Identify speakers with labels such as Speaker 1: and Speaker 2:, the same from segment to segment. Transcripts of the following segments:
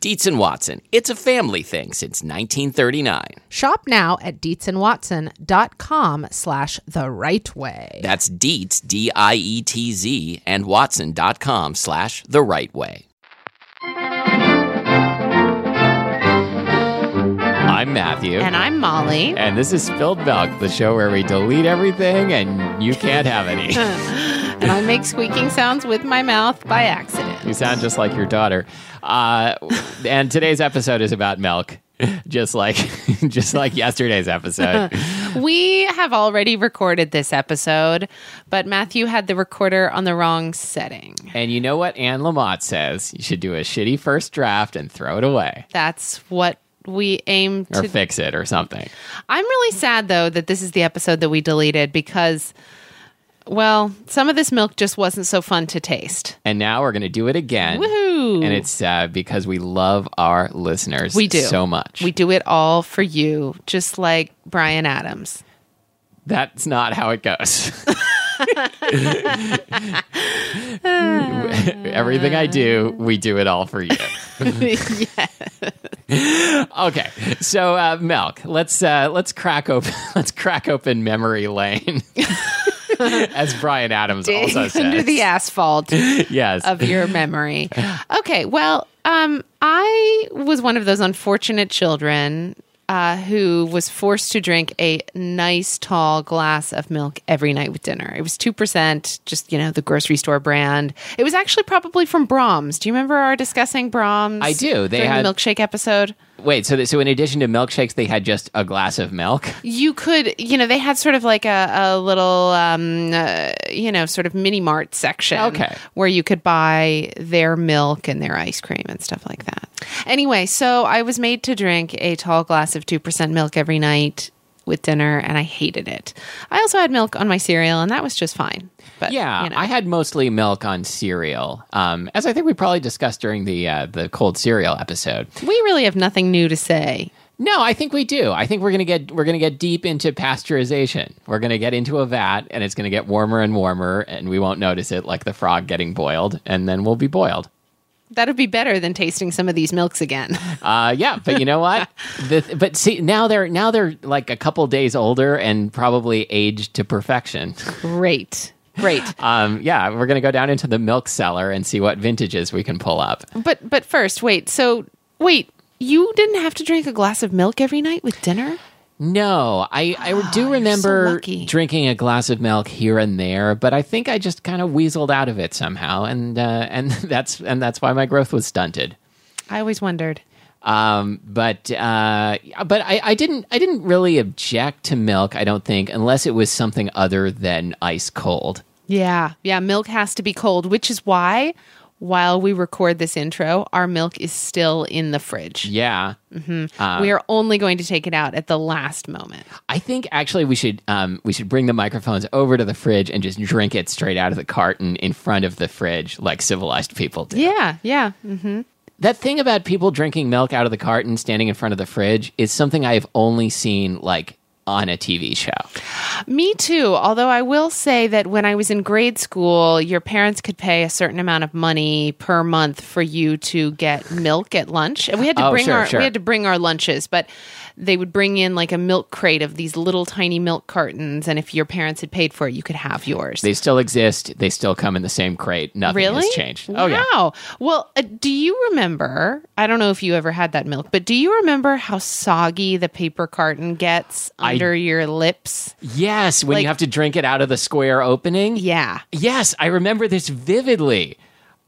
Speaker 1: Dietz and Watson, it's a family thing since 1939.
Speaker 2: Shop now at DietzandWatson.com slash the right way.
Speaker 1: That's Dietz, D I E T Z, and Watson.com slash the right way. I'm Matthew.
Speaker 2: And I'm Molly.
Speaker 1: and this is Spilled Milk, the show where we delete everything and you can't have any.
Speaker 2: And I make squeaking sounds with my mouth by accident.
Speaker 1: You sound just like your daughter. Uh, and today's episode is about milk, just like just like yesterday's episode.
Speaker 2: We have already recorded
Speaker 3: this episode, but Matthew had the recorder on the wrong setting.
Speaker 1: and you know what Anne Lamott says? You should do a shitty first draft and throw it away,
Speaker 3: That's what we aim
Speaker 1: or
Speaker 3: to.
Speaker 1: fix it, or something.
Speaker 3: I'm really sad though that this is the episode that we deleted because, well, some of this milk just wasn't so fun to taste.
Speaker 1: And now we're going to do it again.
Speaker 3: Woohoo!
Speaker 1: And it's uh, because we love our listeners
Speaker 3: We do.
Speaker 1: so much.
Speaker 3: We do it all for you, just like Brian Adams.
Speaker 1: That's not how it goes. Everything I do, we do it all for you. okay, so uh, milk. Let's uh, let's crack open let's crack open memory lane, as Brian Adams also says.
Speaker 3: Under the asphalt.
Speaker 1: yes,
Speaker 3: of your memory. Okay, well, um, I was one of those unfortunate children uh, who was forced to drink a nice tall glass of milk every night with dinner. It was two percent, just you know, the grocery store brand. It was actually probably from Brahms. Do you remember our discussing Brahms?
Speaker 1: I do. They
Speaker 3: during
Speaker 1: had-
Speaker 3: the milkshake episode.
Speaker 1: wait. So, th- so in addition to milkshakes, they had just a glass of milk.
Speaker 3: you could you know they had sort of like a, a little um uh, you know sort of mini mart section
Speaker 1: Okay.
Speaker 3: where you could buy their milk and their ice cream and stuff like that anyway so i was made to drink a tall glass of 2% milk every night with dinner and i hated it i also had milk on my cereal and that was just fine but
Speaker 1: Yeah,
Speaker 3: you know.
Speaker 1: I had mostly milk on cereal, um, as I think we probably discussed during the uh, the cold cereal episode.
Speaker 3: we really have nothing new to say
Speaker 1: No, I think we do. I think we're gonna get we're gonna get deep into pasteurization. We're gonna get into a vat, and it's gonna get warmer and warmer, and we won't notice it like the frog getting boiled, and then we'll be boiled.
Speaker 3: that'd be better than tasting some of these milks again
Speaker 1: Uh, yeah, but you know what? the, but see, now they're now they're like a couple days older and probably aged to perfection.
Speaker 3: great great
Speaker 1: Um, yeah, we're gonna go down into the milk cellar and see what vintages we can pull up.
Speaker 3: But but first, wait. So wait, you didn't have to drink a glass of milk every night with dinner?
Speaker 1: No, I, I do remember
Speaker 3: lucky.
Speaker 1: drinking a glass of milk here and there, but I think I just kind of weaseled out of it somehow, and uh, and that's and that's why my growth was stunted.
Speaker 3: I always wondered.
Speaker 1: Um, but uh, but I, I didn't I didn't really object to milk. I don't think unless it was something other than ice cold.
Speaker 3: Yeah, yeah. Milk has to be cold, which is why while we record this intro, our milk is still in the fridge.
Speaker 1: Yeah,
Speaker 3: we are only going to take it out at the last moment.
Speaker 1: I think actually we should um, we should bring the microphones over to the fridge and just drink it straight out of the carton in front of the fridge like civilized people do.
Speaker 3: Yeah, yeah. Mhm.
Speaker 1: That thing about people drinking milk out of the carton standing in front of the fridge is something I've only seen like on a TV show.
Speaker 3: Me too. Although I will say that when I was in grade school, your parents could pay a certain amount of money per month for you to get milk at lunch, and we had to
Speaker 1: Oh,
Speaker 3: bring
Speaker 1: sure,
Speaker 3: our
Speaker 1: sure.
Speaker 3: we had to bring our lunches. But they would bring in like a milk crate of these little tiny milk cartons, and if your parents had paid for it, you could have yours.
Speaker 1: They still exist. They still come in the same crate. Nothing
Speaker 3: Really?
Speaker 1: has changed.
Speaker 3: Wow.
Speaker 1: Oh yeah.
Speaker 3: Well, uh, do you remember? I don't know if you ever had that milk, but do you remember how soggy the paper carton gets
Speaker 1: I-
Speaker 3: under your lips?
Speaker 1: Yes, when
Speaker 3: Like-
Speaker 1: you have to drink it out of the square opening.
Speaker 3: Yeah.
Speaker 1: Yes, I remember this vividly.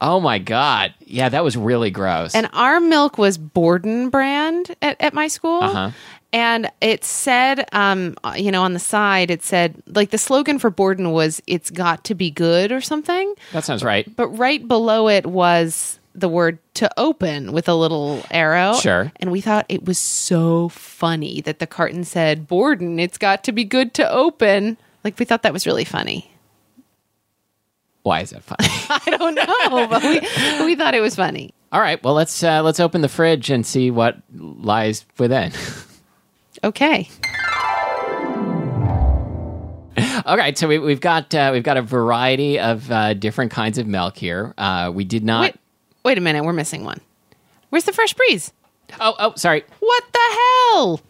Speaker 1: Oh my god. Yeah, that was really gross.
Speaker 3: And our milk was Borden brand at, at my school. And it said, um, uh, you know, on the side, it said, like the slogan for Borden was, it's got to be good or something.
Speaker 1: that sounds right.
Speaker 3: But right below it was the word to open with a little arrow.
Speaker 1: Sure.
Speaker 3: And we thought it was so funny that the carton said, Borden, it's got to be good to open. Like we thought that was really funny.
Speaker 1: Why is that funny?
Speaker 3: I don't know, but we, we thought it was funny.
Speaker 1: All right, well let's uh, let's open the fridge and see what lies within.
Speaker 3: Okay.
Speaker 1: All right, so we, we've got uh, we've got a variety of uh, different kinds of milk here. Uh, we did not.
Speaker 3: Wait, wait a minute. We're missing one. Where's the fresh breeze?
Speaker 1: Oh, oh, sorry.
Speaker 3: What the hell?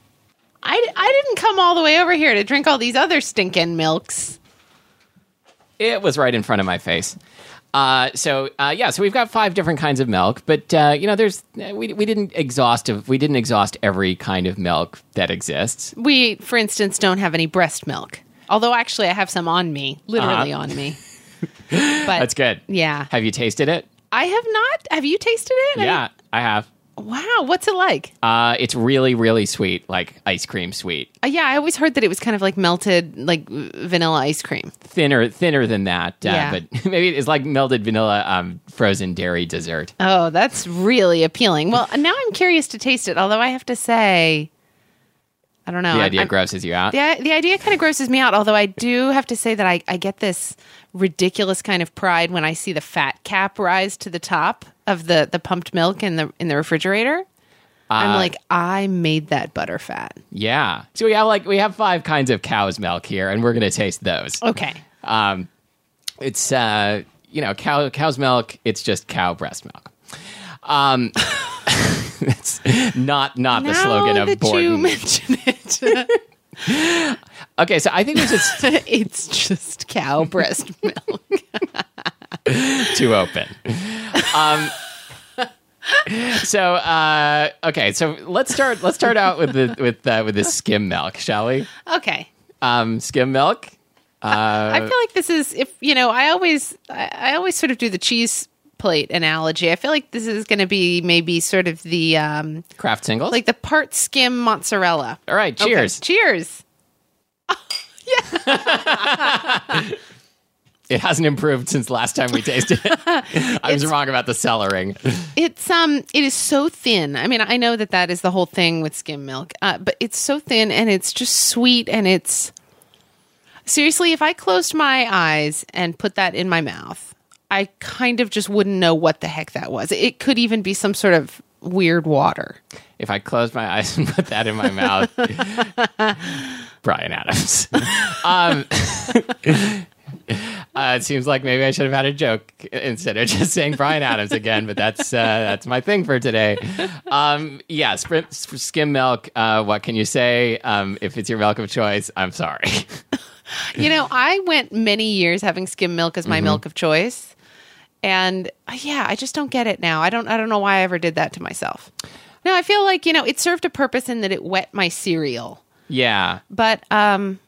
Speaker 3: I, I didn't come all the way over here to drink all these other stinking milks.
Speaker 1: It was right in front of my face. Uh, so uh, yeah, so we've got five different kinds of milk, but uh, you know, there's we, we didn't exhaust we didn't exhaust every kind of milk that exists.
Speaker 3: We, for instance, don't have any breast milk. Although, actually, I have some on me, literally
Speaker 1: Uh-huh.
Speaker 3: on me. But
Speaker 1: That's good.
Speaker 3: Yeah,
Speaker 1: Have you tasted it?
Speaker 3: I have not. Have you tasted it? I-
Speaker 1: Yeah, I have.
Speaker 3: wow, what's it like?
Speaker 1: Uh, it's really really sweet, like ice cream sweet.
Speaker 3: Uh, yeah, I always heard that it was kind of like melted, like v- vanilla ice cream.
Speaker 1: Thinner thinner than that, uh,
Speaker 3: Yeah.
Speaker 1: but maybe it's like melted vanilla um, frozen dairy dessert.
Speaker 3: Oh, that's really appealing. Well, now I'm curious to taste it. Although I have to say, I don't know.
Speaker 1: The
Speaker 3: I'm-
Speaker 1: idea
Speaker 3: Uh, I'm-
Speaker 1: grosses you out.
Speaker 3: The, the idea kind of grosses me out, although I do have to say that I, I get this ridiculous kind of pride when I see the fat cap rise to the top of the, the pumped milk in the in the refrigerator. I'm
Speaker 1: Uh,
Speaker 3: like, I made that butter fat.
Speaker 1: Yeah. So we have like we have five kinds of cow's milk here, and we're gonna taste those.
Speaker 3: Okay.
Speaker 1: It's uh, you know, cow cow's milk. It's just cow breast milk. Um, it's not not the slogan of
Speaker 3: you
Speaker 1: Borden.
Speaker 3: mention it,
Speaker 1: Okay, so I think we should
Speaker 3: it's just cow breast milk.
Speaker 1: too open. Um, so uh, okay, so let's start. Let's start out with the with uh, with this skim milk, shall we?
Speaker 3: Okay.
Speaker 1: Um, skim milk.
Speaker 3: I
Speaker 1: Uh,
Speaker 3: feel like this is if you know, I always I, I always sort of do the cheese plate analogy. I feel like this is gonna be maybe sort of the um
Speaker 1: Kraft singles.
Speaker 3: like the part skim mozzarella.
Speaker 1: all right,
Speaker 3: Okay,
Speaker 1: cheers.
Speaker 3: cheers.
Speaker 1: It hasn't improved since last time we tasted it. I was wrong about the cellaring.
Speaker 3: It's um, it is so thin. I mean, I know that that is the whole thing with skim milk, uh, but it's so thin and it's just sweet and it's seriously. If I closed my eyes and put that in my mouth, I kind of just wouldn't know what the heck that was. It could even be some sort of weird water.
Speaker 1: If I closed my eyes and put that in my mouth, Brian Adams. um, uh, it seems like maybe I should have had a joke instead of just saying Brian Adams again, but that's uh, that's my thing for today. Um, yeah, spr- sp- skim milk. Uh, what can you say? Um, if it's your milk of choice, I'm sorry.
Speaker 3: You know, I went many years having skim milk as my
Speaker 1: Mm-hmm.
Speaker 3: milk of choice, and uh, yeah, I just don't get it now. I don't. I don't know why I ever did that to myself. No, I feel like you know it served a purpose in that it wet my cereal,
Speaker 1: yeah.
Speaker 3: but um,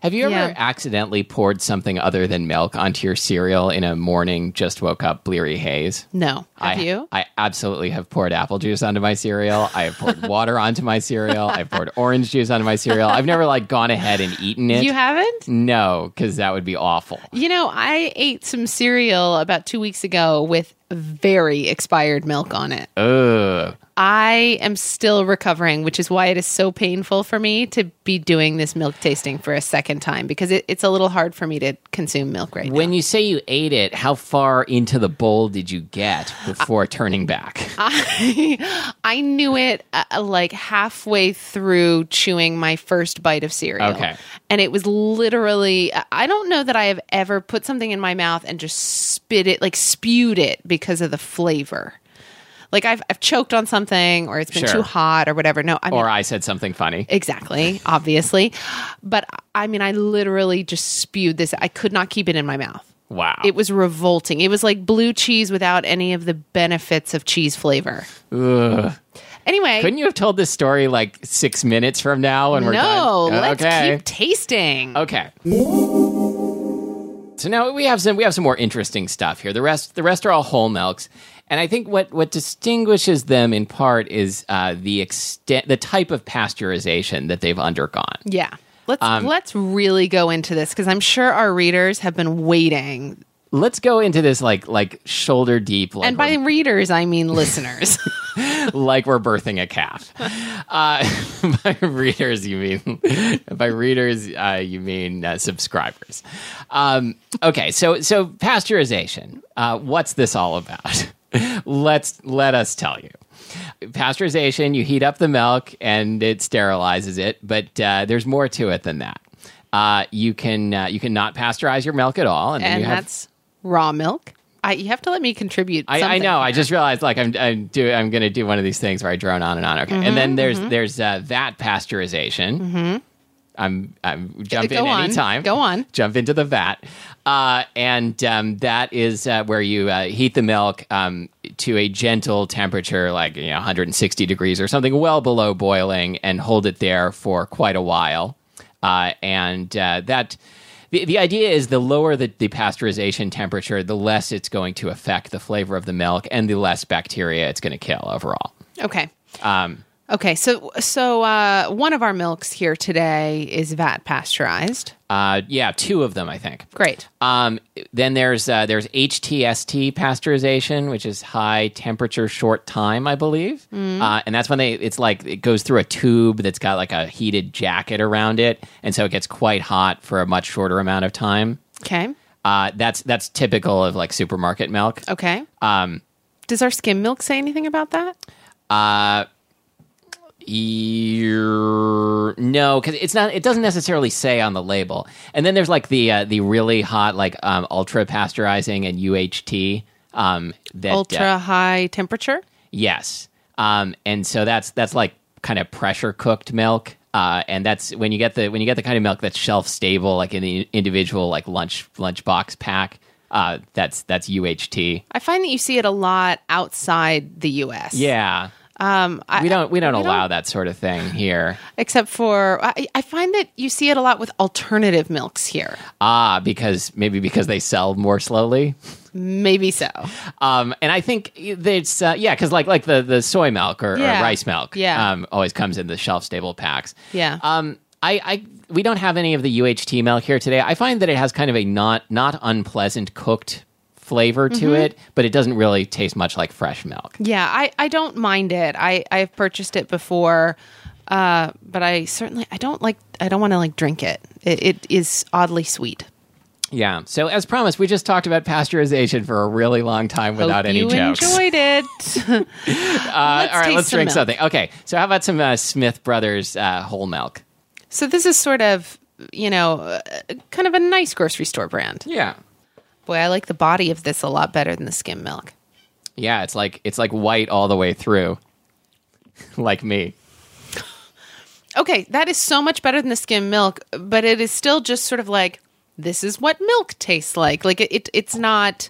Speaker 1: Have you ever
Speaker 3: Yeah.
Speaker 1: accidentally poured something other than milk onto your cereal in a morning, just woke up, bleary haze?
Speaker 3: no. Have
Speaker 1: I,
Speaker 3: you?
Speaker 1: I absolutely have poured apple juice onto my cereal. I have poured water onto my cereal. I've poured orange juice onto my cereal. I've never like gone ahead and eaten it.
Speaker 3: You haven't?
Speaker 1: no, because that would be awful.
Speaker 3: You know, I ate some cereal about two weeks ago with very expired milk on it.
Speaker 1: Ugh.
Speaker 3: I am still recovering, which is why it is so painful for me to be doing this milk tasting for a second time because it, it's a little hard for me to consume milk right now.
Speaker 1: When you say you ate it, how far into the bowl did you get before turning back?
Speaker 3: I, I knew it uh, like halfway through chewing my first bite of cereal.
Speaker 1: Okay.
Speaker 3: And it was literally, I- I don't know that I have ever put something in my mouth and just spit it, like spewed it because of the flavor. Like I've I've choked on something or it's been
Speaker 1: Sure.
Speaker 3: too hot or whatever. No, I mean,
Speaker 1: Or I said something funny.
Speaker 3: Exactly, obviously. But I mean, I literally just spewed this. I could not keep it in my mouth.
Speaker 1: Wow.
Speaker 3: It was revolting. It was like blue cheese without any of the benefits of cheese flavor. Anyway,
Speaker 1: Couldn't you have told this story like six minutes from now and we're
Speaker 3: no,
Speaker 1: done?
Speaker 3: let's
Speaker 1: Uh, okay. Oh.
Speaker 3: keep tasting.
Speaker 1: Okay. So now we have some we have some more interesting stuff here. The rest the rest are all whole milks, and I think what what distinguishes them in part is uh, the extent the type of pasteurization that they've undergone.
Speaker 3: Yeah. Let's
Speaker 1: Um,
Speaker 3: let's really go into this because I'm sure our readers have been waiting.
Speaker 1: Let's go into this like like shoulder deep like
Speaker 3: And by readers, I mean listeners.
Speaker 1: like we're birthing a calf. Uh, by readers, you mean by readers, uh, you mean uh, subscribers. Um, okay, so so pasteurization. Uh, what's this all about? Let's let us tell you. Pasteurization. You heat up the milk and it sterilizes it, but uh, there's more to it than that. Uh, you can uh, you can not pasteurize your milk at all, and, then
Speaker 3: and
Speaker 1: you have,
Speaker 3: that's raw milk. I, you have to let me contribute.
Speaker 1: I, I
Speaker 3: something.
Speaker 1: know. I just realized like I'm I'm do I'm gonna do one of these things where I drone on and on. Okay, and then there's there's uh, vat pasteurization. Mm-hmm. I'm I'm jump
Speaker 3: Go
Speaker 1: in
Speaker 3: on.
Speaker 1: anytime.
Speaker 3: Go on.
Speaker 1: Jump into the vat, uh, and um, that is uh, where you uh, heat the milk um, to a gentle temperature, like you know, 160 degrees or something, well below boiling, and hold it there for quite a while. Uh, and uh, that the, the idea is the lower the, the pasteurization temperature, the less it's going to affect the flavor of the milk and the less bacteria it's going to kill overall.
Speaker 3: Okay.
Speaker 1: Um,
Speaker 3: Okay, so so uh, one of our milks here today is vat pasteurized.
Speaker 1: uh, yeah, two of them, I think.
Speaker 3: Great.
Speaker 1: Um, then there's uh, there's HTST pasteurization, which is high temperature short time, I believe, uh, and that's when they it's like it goes through a tube that's got like a heated jacket around it, and so it gets quite hot for a much shorter amount of time.
Speaker 3: Okay.
Speaker 1: Uh, that's that's typical of like supermarket milk.
Speaker 3: Okay. Um, Does our skim milk say anything about that?
Speaker 1: Eer- no, because it's not. It doesn't necessarily say on the label. And then there's like the uh, the really hot like um, ultra pasteurizing and UHT. Um, that, uh,
Speaker 3: Ultra high temperature.
Speaker 1: Yes. Um, and so that's that's like kind of pressure cooked milk. Uh, and that's when you get the when you get the kind of milk that's shelf stable, like in the individual like lunch lunchbox pack. Uh, that's that's UHT.
Speaker 3: I find that you see it a lot outside the U.S.
Speaker 1: Yeah,
Speaker 3: Um, I,
Speaker 1: we don't we don't
Speaker 3: We don't-
Speaker 1: allow that sort of thing here.
Speaker 3: except for I, I find that you see it a lot with alternative milks here.
Speaker 1: Ah, because maybe because they sell more slowly.
Speaker 3: Maybe so.
Speaker 1: Um, and I think it's uh, yeah, because like like the the soy milk or,
Speaker 3: Yeah.
Speaker 1: or rice milk,
Speaker 3: Yeah.
Speaker 1: um, always comes in the shelf stable packs.
Speaker 3: Yeah.
Speaker 1: Um, I, I we don't have any of the UHT milk here today. I find that it has kind of a not not unpleasant cooked flavor to
Speaker 3: Mm-hmm.
Speaker 1: it, but it doesn't really taste much like fresh milk.
Speaker 3: Yeah, I, I don't mind it. I I've purchased it before, uh, but I certainly I don't like I don't want to like drink it. It, it is oddly sweet.
Speaker 1: Yeah. So as promised, we just talked about pasteurization for a really long time without any jokes. Uh,
Speaker 3: enjoyed it.
Speaker 1: all right,
Speaker 3: taste
Speaker 1: let's
Speaker 3: some
Speaker 1: drink
Speaker 3: milk.
Speaker 1: something. Okay. So how about some uh, Smith Brothers uh, whole milk?
Speaker 3: so this is sort of, you know, uh, kind of a nice grocery store brand.
Speaker 1: Yeah.
Speaker 3: Boy, I like the body of this a lot better than the skim milk.
Speaker 1: Yeah, it's like it's like white all the way through. like me.
Speaker 3: Okay, that is so much better than the skim milk, but it is still just sort of like this is what milk tastes like. Like it, it it's not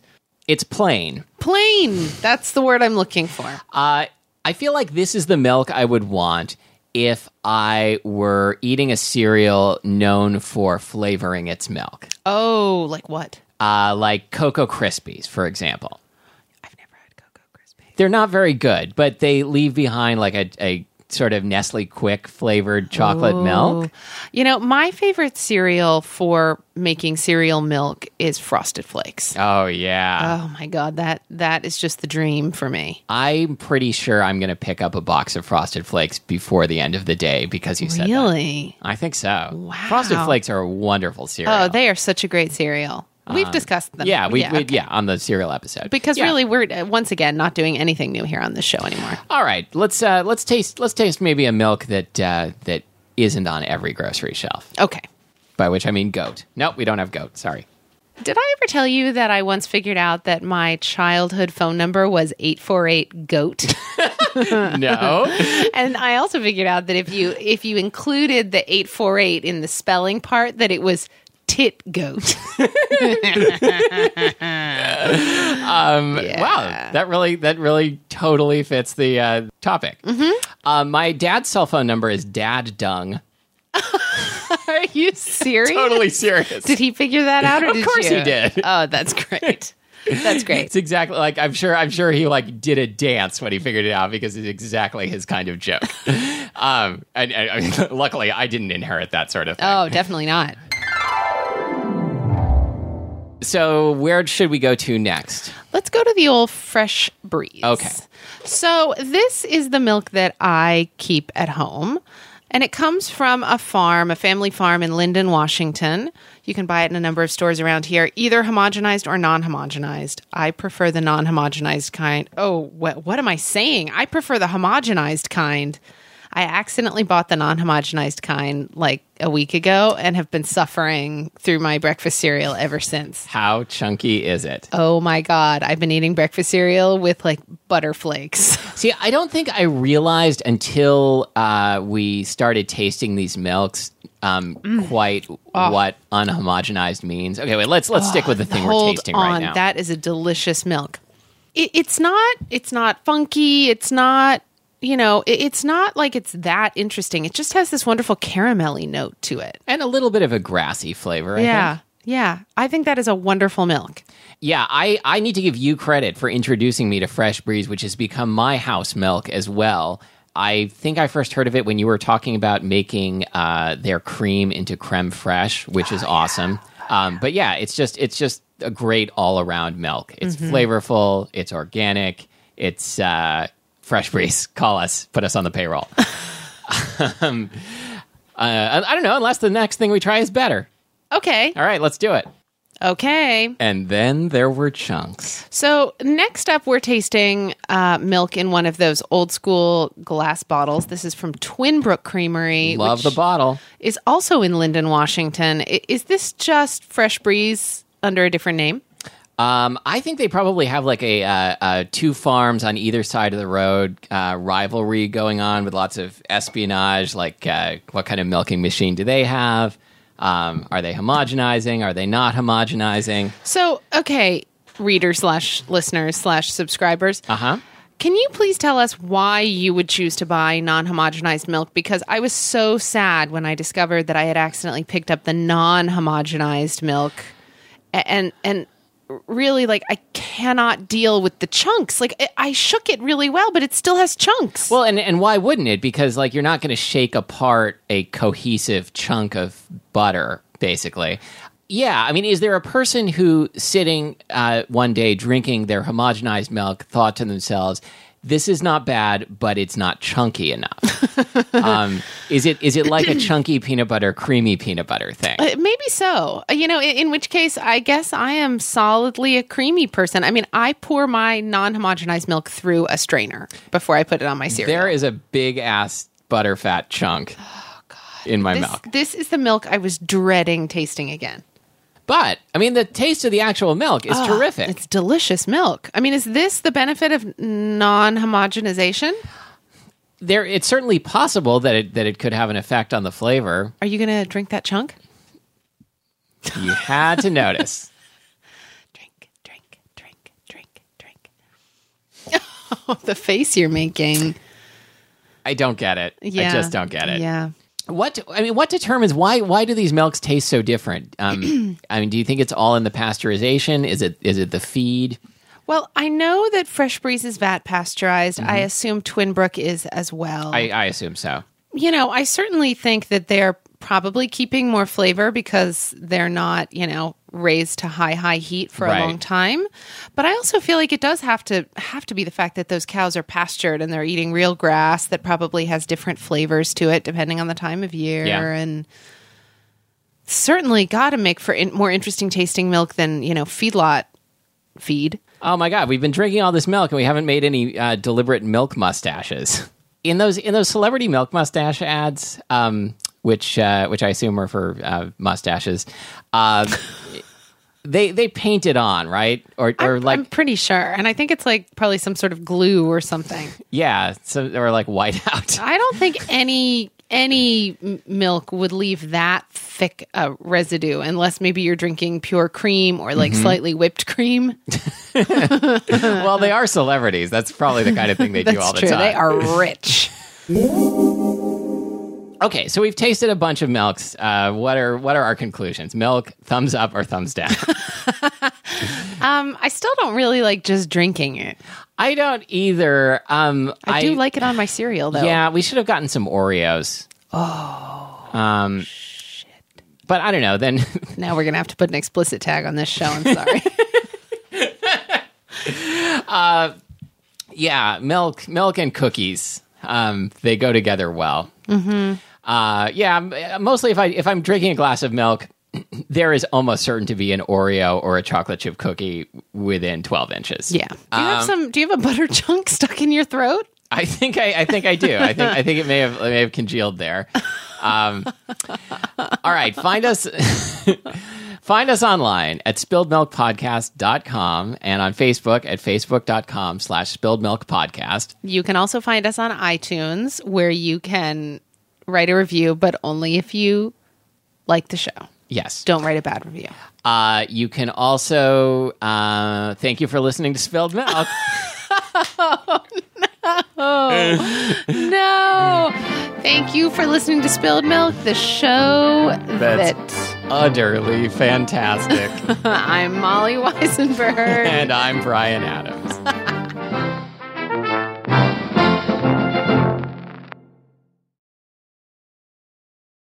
Speaker 1: It's plain.
Speaker 3: plain. That's the word I'm looking for.
Speaker 1: Uh, I feel like this is the milk I would want if I were eating a cereal known for flavoring its milk.
Speaker 3: Oh, like what?
Speaker 1: Uh, like Cocoa Krispies, for example.
Speaker 3: I've never had Cocoa Krispie.
Speaker 1: They're not very good, but they leave behind like a, a sort of Nestle Quick flavored chocolate milk.
Speaker 3: You know, my favorite cereal for making cereal milk is Frosted Flakes.
Speaker 1: Oh yeah.
Speaker 3: Oh my god, that that is just the dream for me.
Speaker 1: I'm pretty sure I'm going to pick up a box of Frosted Flakes before the end of the day because you said that.
Speaker 3: Really?
Speaker 1: I think so. Frosted
Speaker 3: Wow.
Speaker 1: Flakes are a wonderful cereal. Um,
Speaker 3: Oh, they are such a great cereal. We've discussed them.
Speaker 1: yeah, we, yeah, we,
Speaker 3: okay.
Speaker 1: yeah, on the cereal episode.
Speaker 3: Because
Speaker 1: Yeah.
Speaker 3: really, we're uh, once again not doing anything new here on this show anymore.
Speaker 1: all right, let's uh, let's taste let's taste maybe a milk that uh, that isn't on every grocery shelf.
Speaker 3: Okay.
Speaker 1: By which I mean goat. No, we don't have goat. Sorry.
Speaker 3: Did I ever tell you that I once figured out that my childhood phone number was 848 goat?
Speaker 1: No.
Speaker 3: and I also figured out that if you if you included the 848 in the spelling part that it was tit goat.
Speaker 1: Um, Wow, that really that really totally fits the uh, topic.
Speaker 3: Mm-hmm.
Speaker 1: Uh, my dad's cell phone number is dad dung.
Speaker 3: Are you serious?
Speaker 1: Totally serious.
Speaker 3: Did he figure that out or
Speaker 1: Of
Speaker 3: did
Speaker 1: course he
Speaker 3: you?
Speaker 1: did.
Speaker 3: Oh, that's great. That's great.
Speaker 1: It's exactly like I'm sure I'm sure he like did a dance when he figured it out because it's exactly his kind of joke. um, and, and- I mean, luckily I didn't inherit that sort of thing.
Speaker 3: Oh, definitely not.
Speaker 1: So where should we go to next?
Speaker 3: Let's go to the old fresh breeze.
Speaker 1: Okay.
Speaker 3: So, this is the milk that I keep at home. And it comes from a farm, a family farm in Linden, Washington. You can buy it in a number of stores around here, either homogenized or non homogenized. I prefer the non homogenized kind. Oh, what, what am I saying? I prefer the homogenized kind. I accidentally bought the non homogenized kind like a week ago and have been suffering through my breakfast cereal ever since.
Speaker 1: How chunky is it?
Speaker 3: Oh my God. I've been eating breakfast cereal with like butter flakes.
Speaker 1: See, I don't think I realized until uh, we started tasting these milks um,
Speaker 3: Mm.
Speaker 1: quite
Speaker 3: Ah.
Speaker 1: what unhomogenized means. Okay, wait. Let's let's stick with the thing we're
Speaker 3: Hold
Speaker 1: tasting
Speaker 3: on.
Speaker 1: right now.
Speaker 3: That is a delicious milk. It, it's not. It's not funky. It's not. You know. It, it's not like it's that interesting. It just has this wonderful caramelly note to it.
Speaker 1: and a little bit of a grassy flavor. I
Speaker 3: yeah.
Speaker 1: Think.
Speaker 3: Yeah. I think that is a wonderful milk.
Speaker 1: Yeah, I, I need to give you credit for introducing me to Fresh Breeze, which has become my house milk as well. I think I first heard of it when you were talking about making uh, their cream into creme fraiche, which is awesome. Um, but yeah, it's just it's just a great all around milk. It's flavorful. It's organic. It's uh, Fresh Breeze. Call us. Put us on the payroll. um, uh, I, I don't know. Unless the next thing we try is better.
Speaker 3: Okay.
Speaker 1: All right, let's do it.
Speaker 3: Okay.
Speaker 1: And then there were chunks.
Speaker 3: So next up, we're tasting uh, milk in one of those old school glass bottles. This is from Twin Brook Creamery.
Speaker 1: Love
Speaker 3: which-
Speaker 1: the bottle.
Speaker 3: is also in Linden, Washington. I- Is this just Fresh Breeze under a different name?
Speaker 1: Um, I think they probably have like a, uh, uh, two farms on either side of the road uh, rivalry going on with lots of espionage. Like, uh, what kind of milking machine do they have? Um, are they homogenizing? Are they not homogenizing?
Speaker 3: So, okay, readers slash listeners slash subscribers,
Speaker 1: Uh huh.
Speaker 3: can you please tell us why you would choose to buy non homogenized milk? Because I was so sad when I discovered that I had accidentally picked up the non homogenized milk, A- and and really like I cannot deal with the chunks. Like I- I shook it really well, but it still has chunks.
Speaker 1: Well, and and why wouldn't it? Because like you're not going to shake apart a cohesive chunk of butter, basically. Yeah, I mean, is there a person who sitting uh, one day drinking their homogenized milk thought to themselves, "This is not bad, but it's not chunky enough"? um, is it is it like a chunky peanut butter, creamy peanut butter thing?
Speaker 3: Uh, Maybe so. Uh, You know, in, in which case, I guess I am solidly a creamy person. I mean, I pour my non homogenized milk through a strainer before I put it on my cereal.
Speaker 1: There is a big ass butterfat chunk in my
Speaker 3: Oh, this,
Speaker 1: milk.
Speaker 3: this is the milk I was dreading tasting again.
Speaker 1: But I mean, the taste of the actual milk is terrific.
Speaker 3: Ah, It's delicious milk. I mean, is this the benefit of non homogenization?
Speaker 1: there it's certainly possible that it that it could have an effect on the flavor.
Speaker 3: Are you going to drink that chunk?
Speaker 1: You had to notice.
Speaker 3: Drink, drink, drink, drink, drink. oh, the face you're making.
Speaker 1: I don't get it.
Speaker 3: Yeah.
Speaker 1: I just don't get it.
Speaker 3: Yeah.
Speaker 1: What I mean, what determines why why do these milks taste so different? Um, I mean, do you think it's all in the pasteurization? Is it is it the feed?
Speaker 3: Well, I know that Fresh Breeze is vat pasteurized. I assume Twin Brook is as well.
Speaker 1: Mm-hmm. I, I assume so.
Speaker 3: you know, I certainly think that they're probably keeping more flavor because they're not, you know, raised to high high heat for
Speaker 1: Right.
Speaker 3: a long time. But I also feel like it does have to have to be the fact that those cows are pastured and they're eating real grass that probably has different flavors to it depending on the time of year
Speaker 1: Yeah.
Speaker 3: and certainly got to make for in- more interesting tasting milk than, you know, feedlot feed.
Speaker 1: Oh my god, we've been drinking all this milk and we haven't made any uh, deliberate milk mustaches. In those in those celebrity milk mustache ads, um, which uh, which I assume are for uh, mustaches, uh, um, They they paint it on, right? Or or
Speaker 3: I'm,
Speaker 1: like
Speaker 3: I'm pretty sure. And I think it's like probably some sort of glue or something.
Speaker 1: yeah, so or like whiteout.
Speaker 3: I don't think any any m- milk would leave that thick a residue unless maybe you're drinking pure cream or
Speaker 1: Mm-hmm.
Speaker 3: like slightly whipped cream.
Speaker 1: well, they are celebrities. That's probably the kind of thing they do all
Speaker 3: That's
Speaker 1: the
Speaker 3: true.
Speaker 1: time.
Speaker 3: They are rich.
Speaker 1: Okay, so we've tasted a bunch of milks. Uh, what are what are our conclusions? Milk, thumbs up or thumbs down?
Speaker 3: um, I still don't really like just drinking it.
Speaker 1: I don't either. Um,
Speaker 3: I, do like it on my cereal though.
Speaker 1: Yeah, we should have gotten some Oreos. Oh. Um, But I don't know. Then
Speaker 3: Now we're gonna have to put an explicit tag on this show. I'm sorry.
Speaker 1: yeah, milk, milk and cookies. Um, they go together well. Mm-hmm. Uh, yeah, m- mostly if I if I'm drinking a glass of milk, there is almost certain to be an Oreo or a chocolate chip cookie within 12 inches.
Speaker 3: yeah. Do you
Speaker 1: Um,
Speaker 3: have some? Do you have a butter chunk stuck in your throat?
Speaker 1: I think I, I think I do. I think I think it may have it may have congealed there. Um, all right, find us find us online at spilledmilkpodcast.com and on Facebook at facebook.com slash spilledmilkpodcast.
Speaker 3: You can also find us on iTunes where you can write a review, but only if you like the show.
Speaker 1: Yes.
Speaker 3: Don't write a bad review.
Speaker 1: Uh, you can also uh, thank you for listening to Spilled Milk.
Speaker 3: Oh, No. Thank you for listening to Spilled Milk, the show
Speaker 1: That's-
Speaker 3: that
Speaker 1: Utterly fantastic.
Speaker 3: I'm Molly Weisenberg.
Speaker 1: and I'm Brian Adams.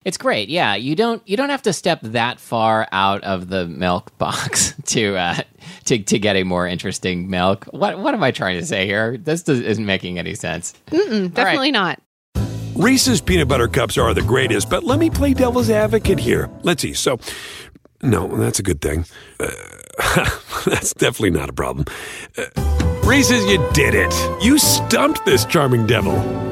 Speaker 1: It's great, yeah. You don't you don't have to step that far out of the milk box to uh, to to get a more interesting milk. What what am I trying to say here? This does, isn't making any sense.
Speaker 3: Definitely not.
Speaker 4: Reese's peanut butter cups are the greatest, but let me play devil's advocate here. Let's see. So, no, that's a good thing. Uh, that's definitely not a problem. Uh, Reese's, you did it. You stumped this charming devil.